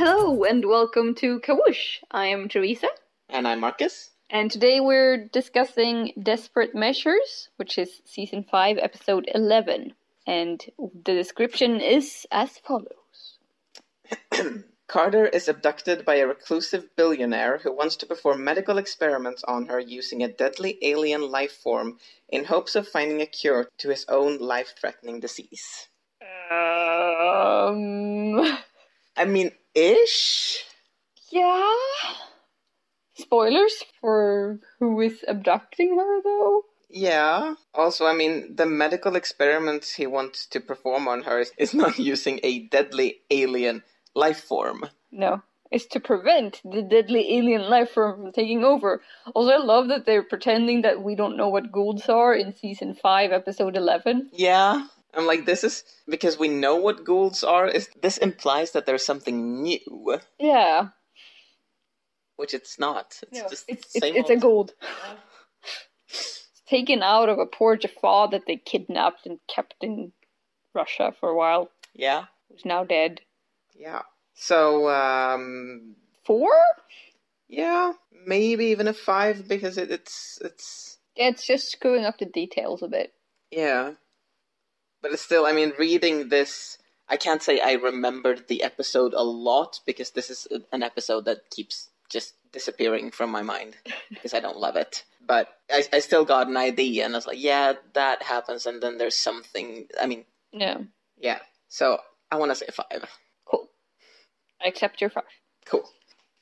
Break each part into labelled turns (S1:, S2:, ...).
S1: and welcome to Kawoosh. I am Teresa,
S2: And I'm Marcus.
S1: and today we're discussing Desperate Measures, which is season 5, episode 11. And the description is as follows
S2: Carter is abducted by a reclusive billionaire who wants to perform medical experiments on her using a deadly alien life form in hopes of finding a cure to his own life threatening disease.
S1: Um.
S2: I mean, ish?
S1: Yeah. Spoilers for who is abducting her, though?
S2: Yeah. Also, I mean, the medical experiments he wants to perform on her is, is not using a deadly alien life form.
S1: No. It's to prevent the deadly alien life form from taking over. Also, I love that they're pretending that we don't know what ghouls are in season 5, episode 11.
S2: Yeah. I'm like, this is because we know what ghouls are. Is this implies that there's something new,
S1: Yeah.
S2: which it's not. It's
S1: no,
S2: just
S1: it's, it's,
S2: the same
S1: it's a
S2: old-
S1: gold. It's taken out of a poor Jafar that they kidnapped and kept in Russia for a while,
S2: Yeah,
S1: who's now dead.
S2: yeah. So, um,
S1: Four?
S2: yeah, maybe even a five because it, it's it's
S1: Yeah, it's just screwing up the details a bit.
S2: yeah, but it's still. I mean, reading this, I can't say I remembered the episode a lot because this is an episode that keeps just disappearing from my mind because I don't love it. But I, I still got an idea, and I was like, yeah, that happens, and then there's something. I mean,
S1: Yeah.
S2: yeah. So I want to say five.
S1: Cool. I accept your five.
S2: Cool.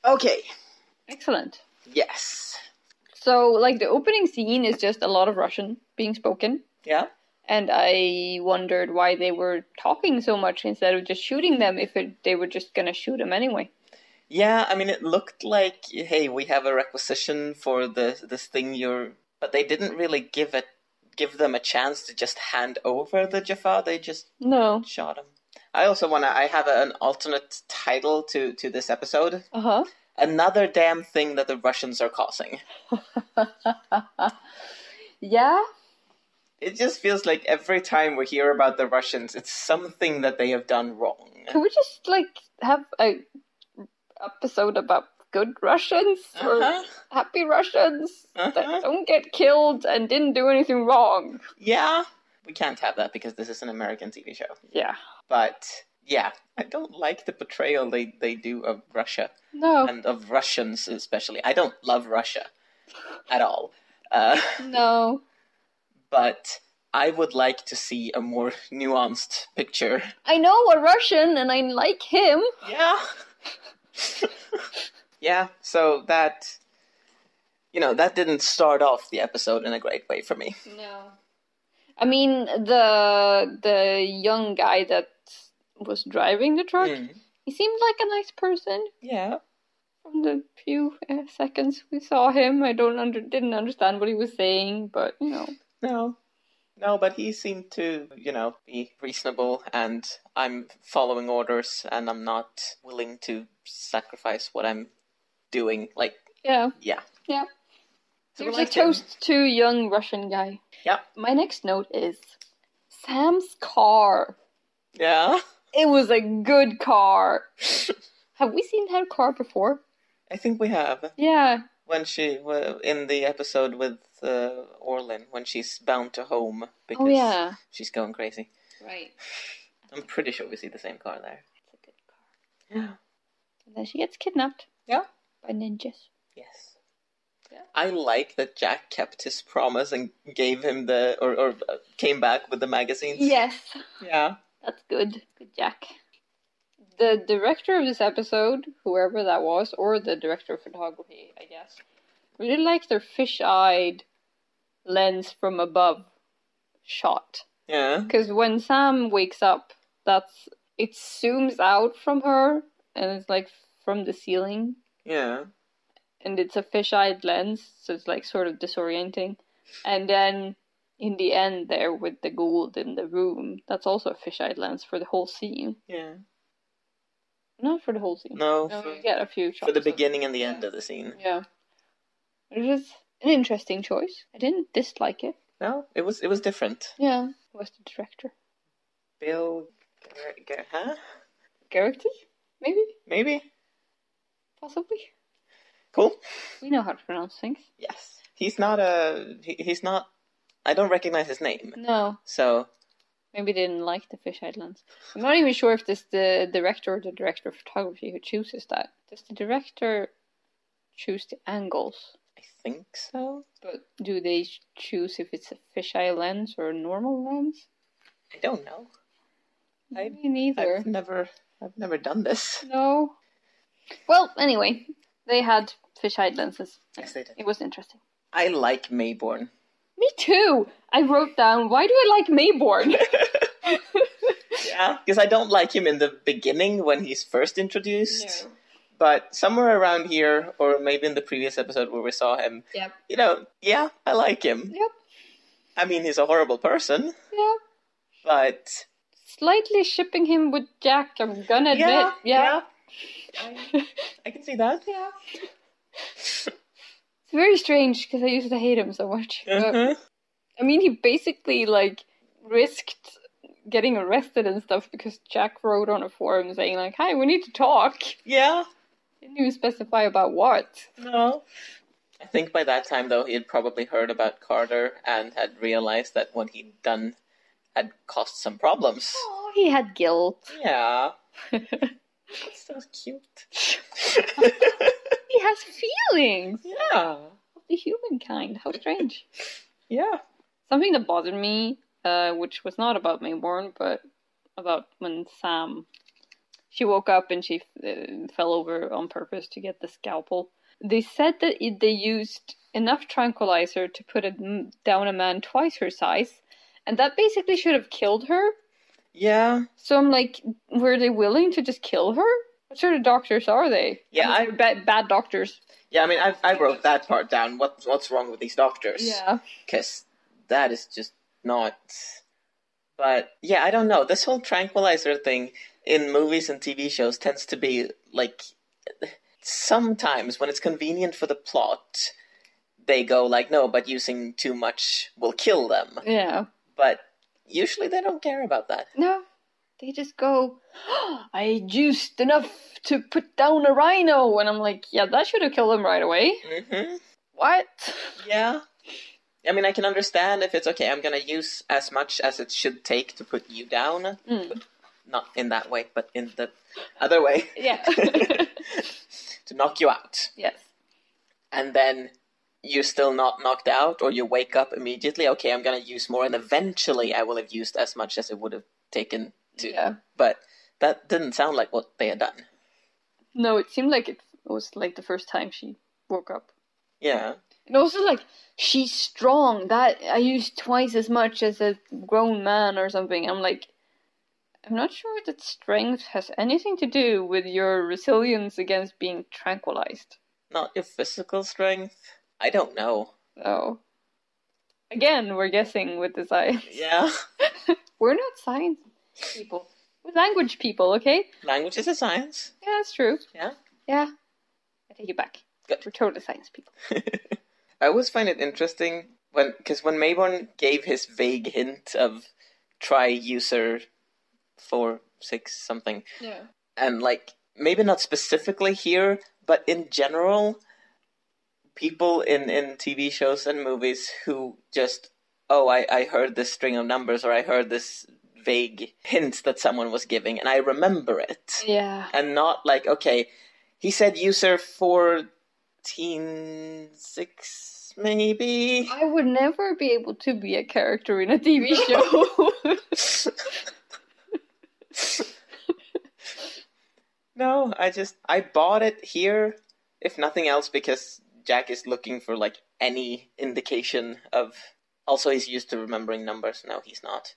S2: Okay.
S1: Excellent.
S2: Yes.
S1: So, like, the opening scene is just a lot of Russian being spoken,
S2: Yeah.
S1: and I wondered why they were talking so much instead of just shooting them if it, they were just gonna shoot them anyway.
S2: Yeah, I mean, it looked like, hey, we have a requisition for this this thing you're, but they didn't really give it give them a chance to just hand over the Jafar. They just
S1: No.
S2: shot him. I also wanna. I have an alternate title to to this episode.
S1: Uh huh.
S2: Another damn thing that the Russians are causing.
S1: yeah,
S2: It just feels like every time we hear about the Russians, it's something that they have done wrong.
S1: can we just like have a episode about good Russians or
S2: Uh-huh.
S1: happy Russians
S2: Uh-huh.
S1: that don't get killed and didn't do anything wrong?
S2: Yeah, we can't have that because this is an American TV show.
S1: Yeah.
S2: But yeah, I don't like the portrayal they, they do of Russia
S1: No.
S2: and of Russians especially. I don't love Russia at all. Uh,
S1: no.
S2: but I would like to see a more nuanced picture.
S1: I know a Russian and I like him.
S2: Yeah. yeah, so that you know, that didn't start off the episode in a great way for me.
S1: No. I mean the the young guy that was driving the truck.
S2: Mm.
S1: He seemed like a nice person.
S2: Yeah.
S1: from the few uh, seconds we saw him, I don't under didn't understand what he was saying, but you know,
S2: No. No, but he seemed to, you know, be reasonable and I'm following orders and I'm not willing to sacrifice what I'm doing. Like,
S1: yeah.
S2: yeah.
S1: Yeah.
S2: So
S1: Here's
S2: we liked
S1: a toast to young Russian guy.
S2: Yeah.
S1: My next note is Sam's car.
S2: him. Yeah.
S1: It was a good car. Have we seen her car before?
S2: I think we have.
S1: Yeah,
S2: When she, well, in the episode with uh, Orlin, when she's bound to home because
S1: Oh, yeah.
S2: she's going crazy.
S1: right.
S2: I'm pretty sure we see the same car there.
S1: It's a good car.
S2: Yeah.
S1: And then she gets kidnapped
S2: Yeah.
S1: by ninjas.
S2: Yes.
S1: Yeah.
S2: I like that Jack kept his promise and gave him the or or uh, came back with the magazines.
S1: Yes.
S2: Yeah.
S1: That's good. Good Jack. The director of this episode, whoever that was, or the director of photography, I guess, really liked their fish eyed lens from above shot.
S2: Yeah.
S1: Because when Sam wakes up, that's it zooms out from her and it's like from the ceiling
S2: Yeah.
S1: and it's a fish-eyed lens, so it's like sort of disorienting. And then in the end, there with the gold in the room, that's also a fish-eyed lens for the whole scene.
S2: Yeah.
S1: Not for the whole scene.
S2: No.
S1: No,
S2: for,
S1: you get a few shots.
S2: for the
S1: of-
S2: beginning and the end of the scene.
S1: Yeah. It was an interesting choice. I didn't dislike it.
S2: No, it was it was different.
S1: Yeah. Who was the director?
S2: Bill, Ger- Ger- huh?
S1: Garrity? Maybe?
S2: Maybe.
S1: possibly.
S2: Cool.
S1: We know how to pronounce things.
S2: Yes. He's not a. He, he's not. I don't recognize his name.
S1: No,
S2: So
S1: maybe they didn't like the fish eyed lens. I'm not even sure if this the director or the director of photography who chooses that. Does the director choose the angles?
S2: I think so.
S1: But do they choose if it's a fisheye lens or a normal lens?
S2: I don't know. I-
S1: Me neither.
S2: I've never. I've never done this.
S1: No. Well, anyway, they had fisheye lenses.
S2: Yes, they did.
S1: It was interesting.
S2: I like Mayborn.
S1: Me too. I wrote down why do I like Mayborn?
S2: Yeah. Because I don't like him in the beginning when he's first introduced. But somewhere around here, or maybe in the previous episode where we saw him,
S1: Yep.
S2: you know, yeah, I like him.
S1: Yep.
S2: I mean, he's a horrible person,
S1: Yeah.
S2: but
S1: Slightly shipping him with Jack. I'm gonna admit.
S2: yeah,
S1: yeah. Uh,
S2: I, I can see that.
S1: Yeah. it's very strange because I used to hate him so much. Uh,
S2: Mhm.
S1: I mean, he basically like risked getting arrested and stuff because Jack wrote on a forum saying like, "Hi, we need to talk."
S2: Yeah.
S1: Didn't even specify about what.
S2: No. I think by that time, though, he had probably heard about Carter and had realized that what he'd done had caused some problems.
S1: Oh, he had guilt.
S2: Yeah. That's so cute.
S1: He has feelings.
S2: yeah.
S1: Of the humankind. How strange.
S2: Yeah.
S1: Something that bothered me, uh, which was not about Mayborn, but about when Sam, she woke up and she uh, fell over on purpose to get the scalpel. They said that it, they used enough tranquilizer to put a, m- down a man twice her size, and that basically should have killed her.
S2: Yeah.
S1: So I'm like, were they willing to just kill her? What sort of doctors are they?
S2: Yeah,
S1: I mean, they're ba- bad doctors.
S2: Yeah, I mean, I, I wrote that part down. What What's wrong with these doctors?
S1: Yeah,
S2: Because that is just not. But yeah, I don't know. This whole tranquilizer thing in movies and TV shows tends to be like sometimes when it's convenient for the plot, they go like, no, but using too much will kill them.
S1: yeah.
S2: But usually they don't care about that.
S1: No, they just go. I juiced enough to put down a rhino, and I'm like, yeah, that should have killed him right away.
S2: hmm
S1: What?
S2: Yeah. I mean, I can understand if it's okay, I'm gonna use as much as it should take to put you down.
S1: Mm.
S2: Not in that way, but in the other way,
S1: Yeah.
S2: to knock you out.
S1: yes.
S2: And then you're still not knocked out, or you wake up immediately. Okay, I'm gonna use more, and eventually I will have used as much as it would have taken to.
S1: Yeah.
S2: But that didn't sound like what they had done.
S1: No, it seemed like it was like the first time she woke up,
S2: Yeah.
S1: and also like she's strong. That I used twice as much as a grown man or something. I'm like. I'm not sure that strength has anything to do with your resilience against being tranquilized.
S2: Not your physical strength. I don't know.
S1: So, again, we're guessing with the science.
S2: Yeah.
S1: We're not science people. We're language people, okay?
S2: Language is a science.
S1: Yeah, that's true.
S2: Yeah.
S1: Yeah. I take it back.
S2: Good.
S1: We're totally science people.
S2: I always find it interesting when because when Mayborn gave his vague hint of try user four six something
S1: Yeah.
S2: and like maybe not specifically here but in general people in in TV shows and movies who just oh I I heard this string of numbers or I heard this vague hint that someone was giving and I remember it
S1: Yeah.
S2: and not like okay he said user 146 maybe
S1: I would never be able to be a character in a TV show.
S2: no i just i bought it here if nothing else because jack is looking for like any indication of also he's used to remembering numbers no he's not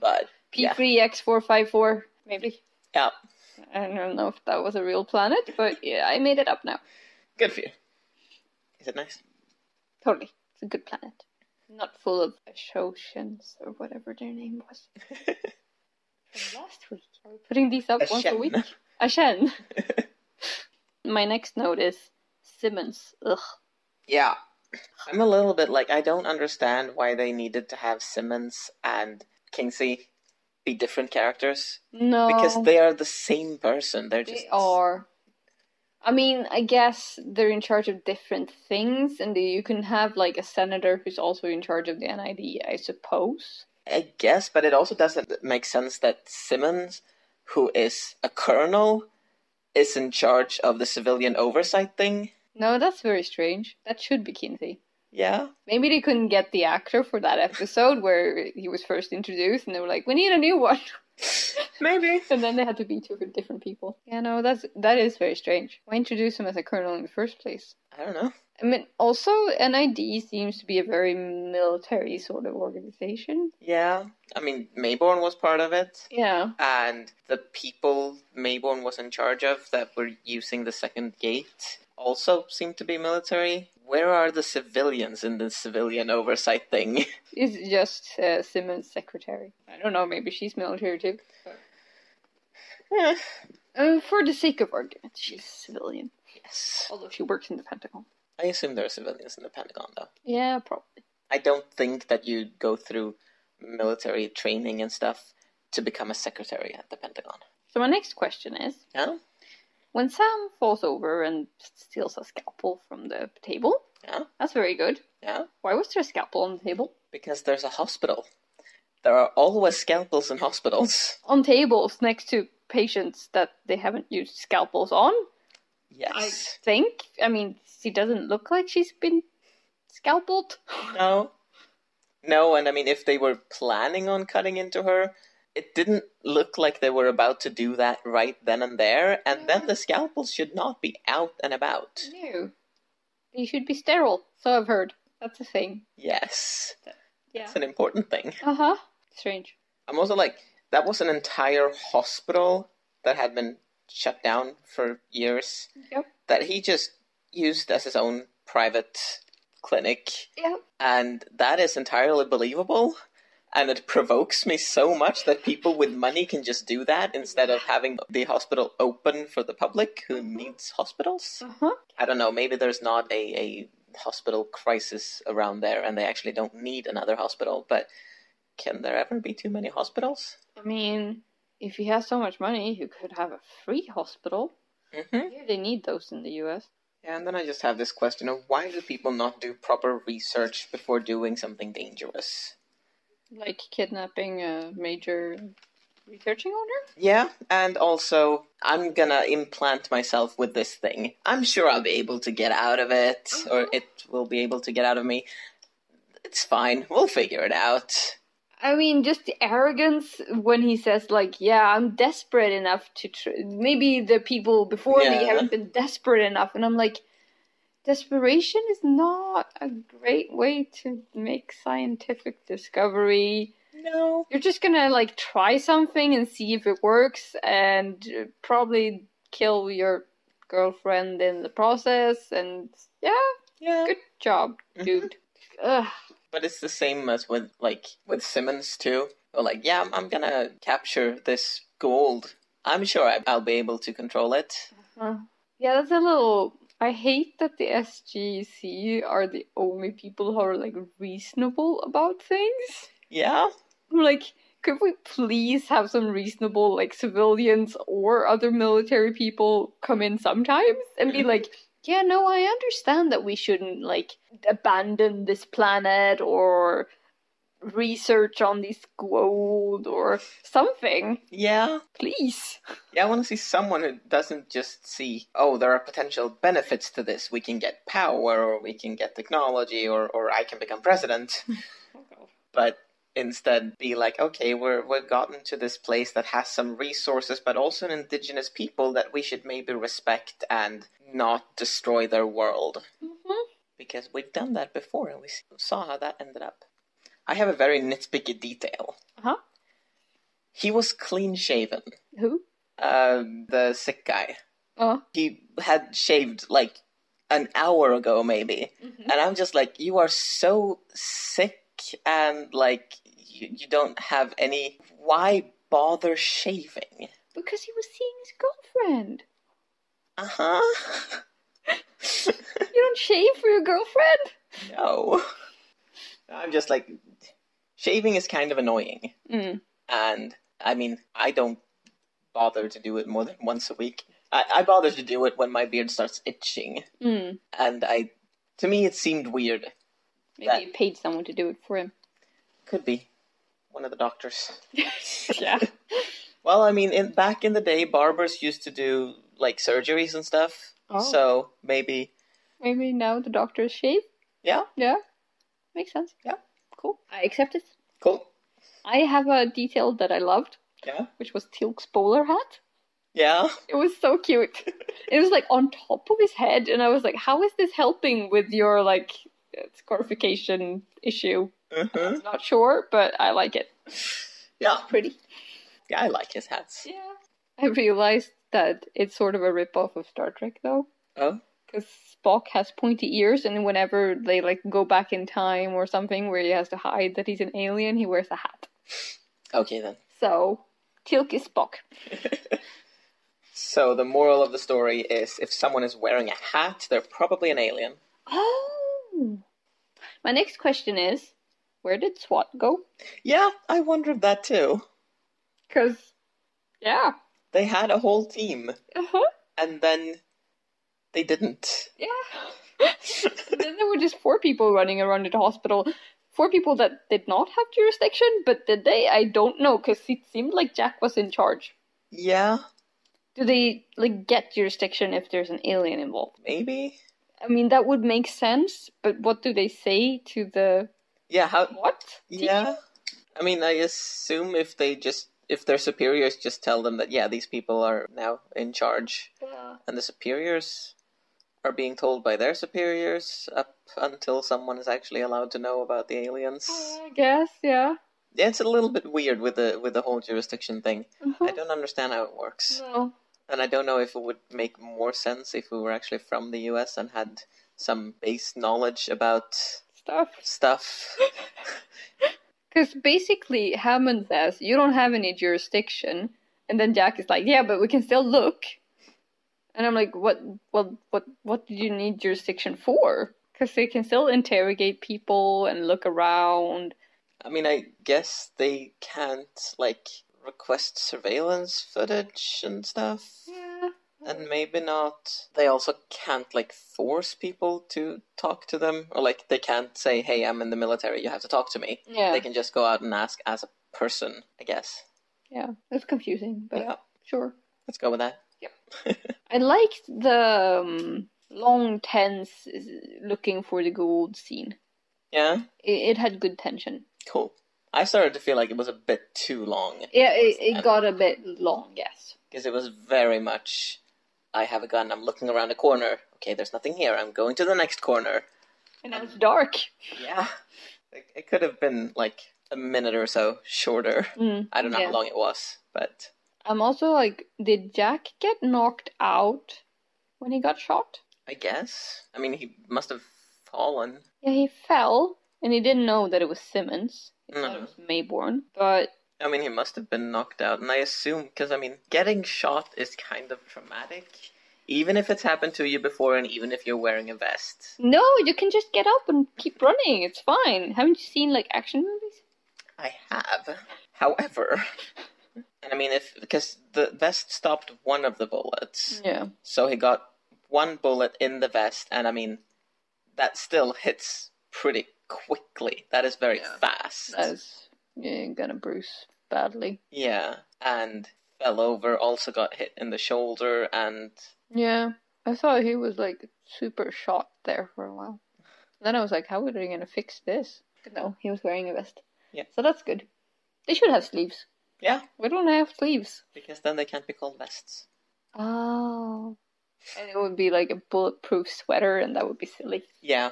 S2: but yeah
S1: P3X454, maybe.
S2: yeah
S1: I don't know if that was a real planet, but yeah, I made it up now.
S2: good for you is it nice
S1: Totally. It's a good planet. Not full of Ashotians or whatever their name was. From last week. Are we putting these up once a
S2: Ashen.
S1: week? Ashen. My next note is Simmons. Ugh.
S2: Yeah. I'm a little bit like, I don't understand why they needed to have Simmons and Kingsey be different characters.
S1: No.
S2: Because they are the same person. They're
S1: They
S2: just.
S1: are. I mean, I guess they're in charge of different things, and you can have like a senator who's also in charge of the NID, I suppose.
S2: I guess, but it also doesn't make sense that Simmons, who is a colonel, is in charge of the civilian oversight thing.
S1: No, that's very strange. That should be Kinsey.
S2: Yeah.
S1: Maybe they couldn't get the actor for that episode where he was first introduced, and they were like, "We need a new one."
S2: Maybe.
S1: and then they had to be two different people. Yeah, no, that's that is very strange. Why introduce him as a colonel in the first place?
S2: I don't know.
S1: I mean, also NID seems to be a very military sort of organization.
S2: Yeah. I mean, Mayborn was part of it,
S1: Yeah,
S2: and the people Mayborn was in charge of that were using the second gate also seemed to be military. Where are the civilians in the civilian oversight thing?
S1: it's just uh, Simmons' secretary. I don't know. Maybe she's military too.
S2: Eh,
S1: Uh, for the sake of argument, she's civilian,
S2: yes.
S1: although she works in the Pentagon.
S2: I assume there are civilians in the Pentagon, though.
S1: Yeah, probably.
S2: I don't think that you go through military training and stuff to become a secretary at the Pentagon.
S1: So my next question is:
S2: Yeah?
S1: When Sam falls over and steals a scalpel from the table,
S2: Yeah?
S1: that's very good.
S2: Yeah?
S1: Why was there a scalpel on the table?
S2: Because there's a hospital. There are always scalpels in hospitals.
S1: On tables next to patients that they haven't used scalpels on. I
S2: Yes.
S1: think. I mean, she doesn't look like she's been scalpeled.
S2: No. No, and I mean, if they were planning on cutting into her, it didn't look like they were about to do that right then and there, and then the scalpels should not be out and about.
S1: No. They should be sterile. So I've heard. That's a thing.
S2: Yes.
S1: Yeah.
S2: It's an important thing.
S1: Uh huh. Strange.
S2: I'm also like, that was an entire hospital that had been shut down for years
S1: Yep.
S2: that he just used as his own private clinic.
S1: Yep.
S2: And that is entirely believable. And it provokes me so much that people with money can just do that instead of having the hospital open for the public who needs hospitals.
S1: Uh huh.
S2: I don't know, maybe there's not a, a hospital crisis around there and they actually don't need another hospital, but can there ever be too many hospitals?
S1: I mean, if you have so much money, you could have a free hospital.
S2: Mm-hmm.
S1: Here they need those in the US.
S2: Yeah, and then I just have this question of why do people not do proper research before doing something dangerous?
S1: Like kidnapping a major researching owner?
S2: Yeah, and also, I'm gonna implant myself with this thing. I'm sure I'll be able to get out of it, or it will be able to get out of me. It's fine, we'll figure it out.
S1: I mean, just the arrogance when he says, like, yeah, I'm desperate enough to. Tr- Maybe the people before me
S2: Yeah.
S1: haven't been desperate enough. And I'm like, desperation is not a great way to make scientific discovery.
S2: No.
S1: You're just gonna, like, try something and see if it works and uh, probably kill your girlfriend in the process. And yeah,
S2: Yeah.
S1: good job,
S2: Mhm.
S1: dude. Mm-hmm. Ugh.
S2: But it's the same as with like with Simmons too. Or like, yeah, I'm, I'm gonna capture this gold. I'm sure I, I'll be able to control it.
S1: Uh, yeah, that's a little. I hate that the SGC are the only people who are like reasonable about things.
S2: Yeah,
S1: I'm like, could we please have some reasonable like civilians or other military people come in sometimes and be like, yeah, no, I understand that we shouldn't like abandon this planet or research on this gold or something.
S2: yeah,
S1: Please.
S2: yeah. I want to see someone who doesn't just see, oh, there are potential benefits to this. We can get power, or we can get technology, or or I can become president. But instead, be like, okay, we're we've gotten to this place that has some resources, but also an indigenous people that we should maybe respect and not destroy their world.
S1: Mhm.
S2: because we've done that before and we s- saw how that ended up. I have a very nitpicky detail.
S1: Huh?
S2: He was clean shaven,
S1: Who?
S2: uh, the sick guy.
S1: Oh.
S2: He had shaved like an hour ago, maybe. And I'm just like, you are so sick and like, you, you don't have any. Why bother shaving?
S1: Because he was seeing his girlfriend.
S2: Uh huh.
S1: You don't shave for your girlfriend?
S2: no. I'm just like, shaving is kind of annoying.
S1: Mm.
S2: and I mean, I don't bother to do it more than once a week. I, I bother to do it when my beard starts itching,
S1: Mm,
S2: and I, to me, it seemed weird.
S1: maybe
S2: That-
S1: he paid someone to do it for him.
S2: Could be one of the doctors.
S1: yeah.
S2: Well, I mean, in back in the day, barbers used to do like surgeries and stuff.
S1: Oh.
S2: So maybe,
S1: Maybe now the doctor's shave.
S2: yeah,
S1: Yeah. Makes sense.
S2: Yeah.
S1: Cool. I accept it.
S2: cool,
S1: I have a detail that I loved,
S2: yeah,
S1: which was Tilk's bowler hat.
S2: yeah.
S1: It was so cute. it was like on top of his head, and I was like, "How is this helping with your like scarification issue?"
S2: hmm
S1: I'm not sure, but I like it.
S2: Yeah,
S1: Pretty.
S2: yeah. I like his hats.
S1: Yeah. I realized that it's sort of a ripoff of Star Trek, though,
S2: Oh,
S1: because Spock has pointy ears, and whenever they like go back in time or something where he has to hide that he's an alien, he wears a hat.
S2: okay then.
S1: So Tilk is Spock.
S2: So the moral of the story is, if someone is wearing a hat, they're probably an alien.
S1: Oh. My next question is, where did SWAT go?
S2: Yeah, I wondered that too.
S1: Because, yeah.
S2: They had a whole team,
S1: Uh-huh.
S2: and then they didn't.
S1: Yeah. And then there were just four people running around at the hospital. Four people that did not have jurisdiction, but did they? I don't know, because it seemed like Jack was in charge.
S2: yeah,
S1: Do they, like, get jurisdiction if there's an alien involved?
S2: maybe.
S1: I mean, that would make sense, but what do they say to the.
S2: Yeah, how
S1: What? team?
S2: Yeah. I mean, I assume if they just if their superiors just tell them that yeah, these people are now in charge
S1: Yeah.
S2: and the superiors are being told by their superiors up until someone is actually allowed to know about the aliens.
S1: I guess, yeah.
S2: Yeah, it's a little bit weird with the with the whole jurisdiction thing. I
S1: Uh-huh.
S2: don't understand how it works.
S1: No.
S2: And I don't know if it would make more sense if we were actually from the US and had some base knowledge about
S1: Stuff.
S2: stuff.
S1: Because basically, Hammond says, You don't have any jurisdiction. And then Jack is like, Yeah, but we can still look. And I'm like, What Well, what, what do you need jurisdiction for? Because they can still interrogate people and look around.
S2: I mean, I guess they can't like request surveillance footage and stuff,
S1: Yeah.
S2: and maybe not. They also can't like force people to talk to them, or like they can't say, "Hey, I'm in the military. You have to talk to me."
S1: Yeah.
S2: They can just go out and ask as a person, I guess.
S1: yeah. It's confusing, but
S2: yeah,
S1: sure.
S2: let's go with that.
S1: I liked the um, long, tense uh, looking for the gold scene.
S2: Yeah,
S1: It, it had good tension.
S2: cool. I started to feel like it was a bit too long
S1: Yeah, it, it got a bit long, yes.
S2: because it was very much. I have a gun. I'm looking around a corner. Okay, there's nothing here. I'm going to the next corner.
S1: And it was dark.
S2: Yeah. It, it could have been like a minute or so shorter.
S1: Mm,
S2: I don't know
S1: yeah.
S2: how long it was, but
S1: I'm also like, did Jack get knocked out when he got shot?
S2: I guess. I mean, he must have fallen.
S1: Yeah, he fell, and he didn't know that it was Simmons. He thought it
S2: No.
S1: was Mayborn. But
S2: I mean, he must have been knocked out. And I assume, because I mean, getting shot is kind of traumatic, even if it's happened to you before and even if you're wearing a vest.
S1: no, you can just get up and keep running. It's fine. Haven't you seen like action movies?
S2: I have. However, and I mean, if, because the vest stopped one of the bullets.
S1: Yeah.
S2: So he got one bullet in the vest, and I mean, that still hits pretty quickly. That is very
S1: Yeah.
S2: fast.
S1: That's yeah, gonna bruise badly.
S2: Yeah, and fell over, also got hit in the shoulder, and
S1: Yeah. I thought he was like super shot there for a while. Then I was like, how are they gonna fix this? No, he was wearing a vest.
S2: Yeah.
S1: So that's good. They should have sleeves.
S2: yeah,
S1: We don't have sleeves.
S2: because then they can't be called vests.
S1: Oh. And it would be like a bulletproof sweater, and that would be silly.
S2: Yeah.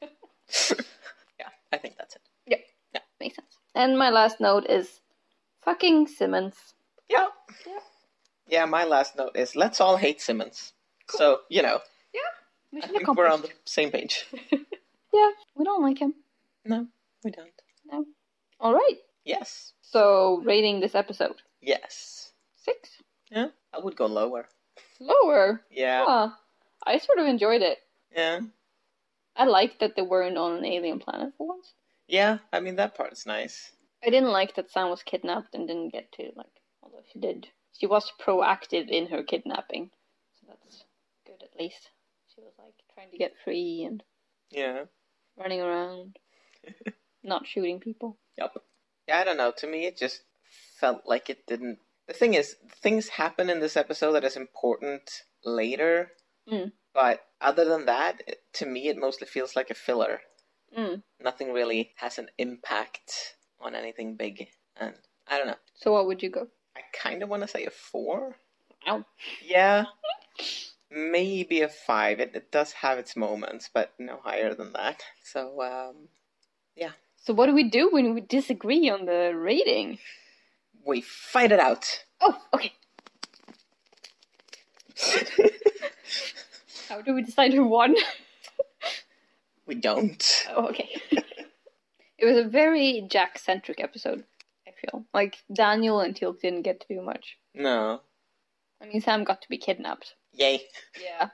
S2: yeah, I think that's it.
S1: Makes sense. And my last note is fucking Simmons.
S2: Yeah.
S1: Yeah.
S2: Yeah, my last note is let's all hate Simmons. So, you know, I
S1: Mission
S2: think we're on the
S1: accomplished.
S2: same page.
S1: Yeah, we don't like him.
S2: No, we don't.
S1: All right.
S2: Yes.
S1: So, rating this episode
S2: Yes.
S1: six.
S2: Yeah. I would go lower.
S1: Lower.
S2: Yeah.
S1: Huh. I sort of enjoyed it.
S2: Yeah.
S1: I liked that they weren't on an alien planet for once.
S2: Yeah, I mean that part is nice.
S1: I didn't like that Sam was kidnapped and didn't get to like, although she did. She was proactive in her kidnapping. at least. She was like trying to get free and
S2: Yeah.
S1: running around, not shooting people.
S2: Yep. Yeah, I don't know. To me, it just felt like it didn't. The thing is, things happen in this episode that is important later.
S1: Mm.
S2: But other than that, it, to me, it mostly feels like a filler.
S1: Mm.
S2: Nothing really has an impact on anything big. And I don't know.
S1: So what would you go?
S2: I kind of want to say a four.
S1: Ow.
S2: Yeah. Maybe a five. It, it does have its moments, but no higher than that. So, um,
S1: So what do we do when we disagree on the rating?
S2: we fight it out.
S1: Oh, okay. How do we decide who won?
S2: we don't.
S1: Oh, okay. it was a very Jack centric episode, I feel. Like, Daniel and Teal'c didn't get to do much.
S2: No.
S1: I mean, Sam got to be kidnapped.
S2: Yay.
S1: Yeah.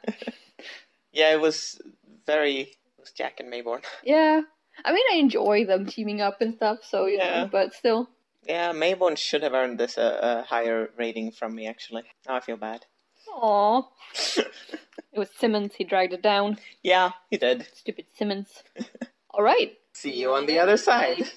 S2: Yeah, it was very. It was Jack and Mayborn.
S1: yeah. I mean, I enjoy them teaming up and stuff, so, you
S2: Yeah.
S1: know, but still.
S2: Yeah, Mayborn should have earned this uh, a, a higher rating from me, actually. Now I feel bad.
S1: Aww. It was Simmons, he dragged it down.
S2: yeah, he did.
S1: Stupid Simmons. All right.
S2: See you on the other side.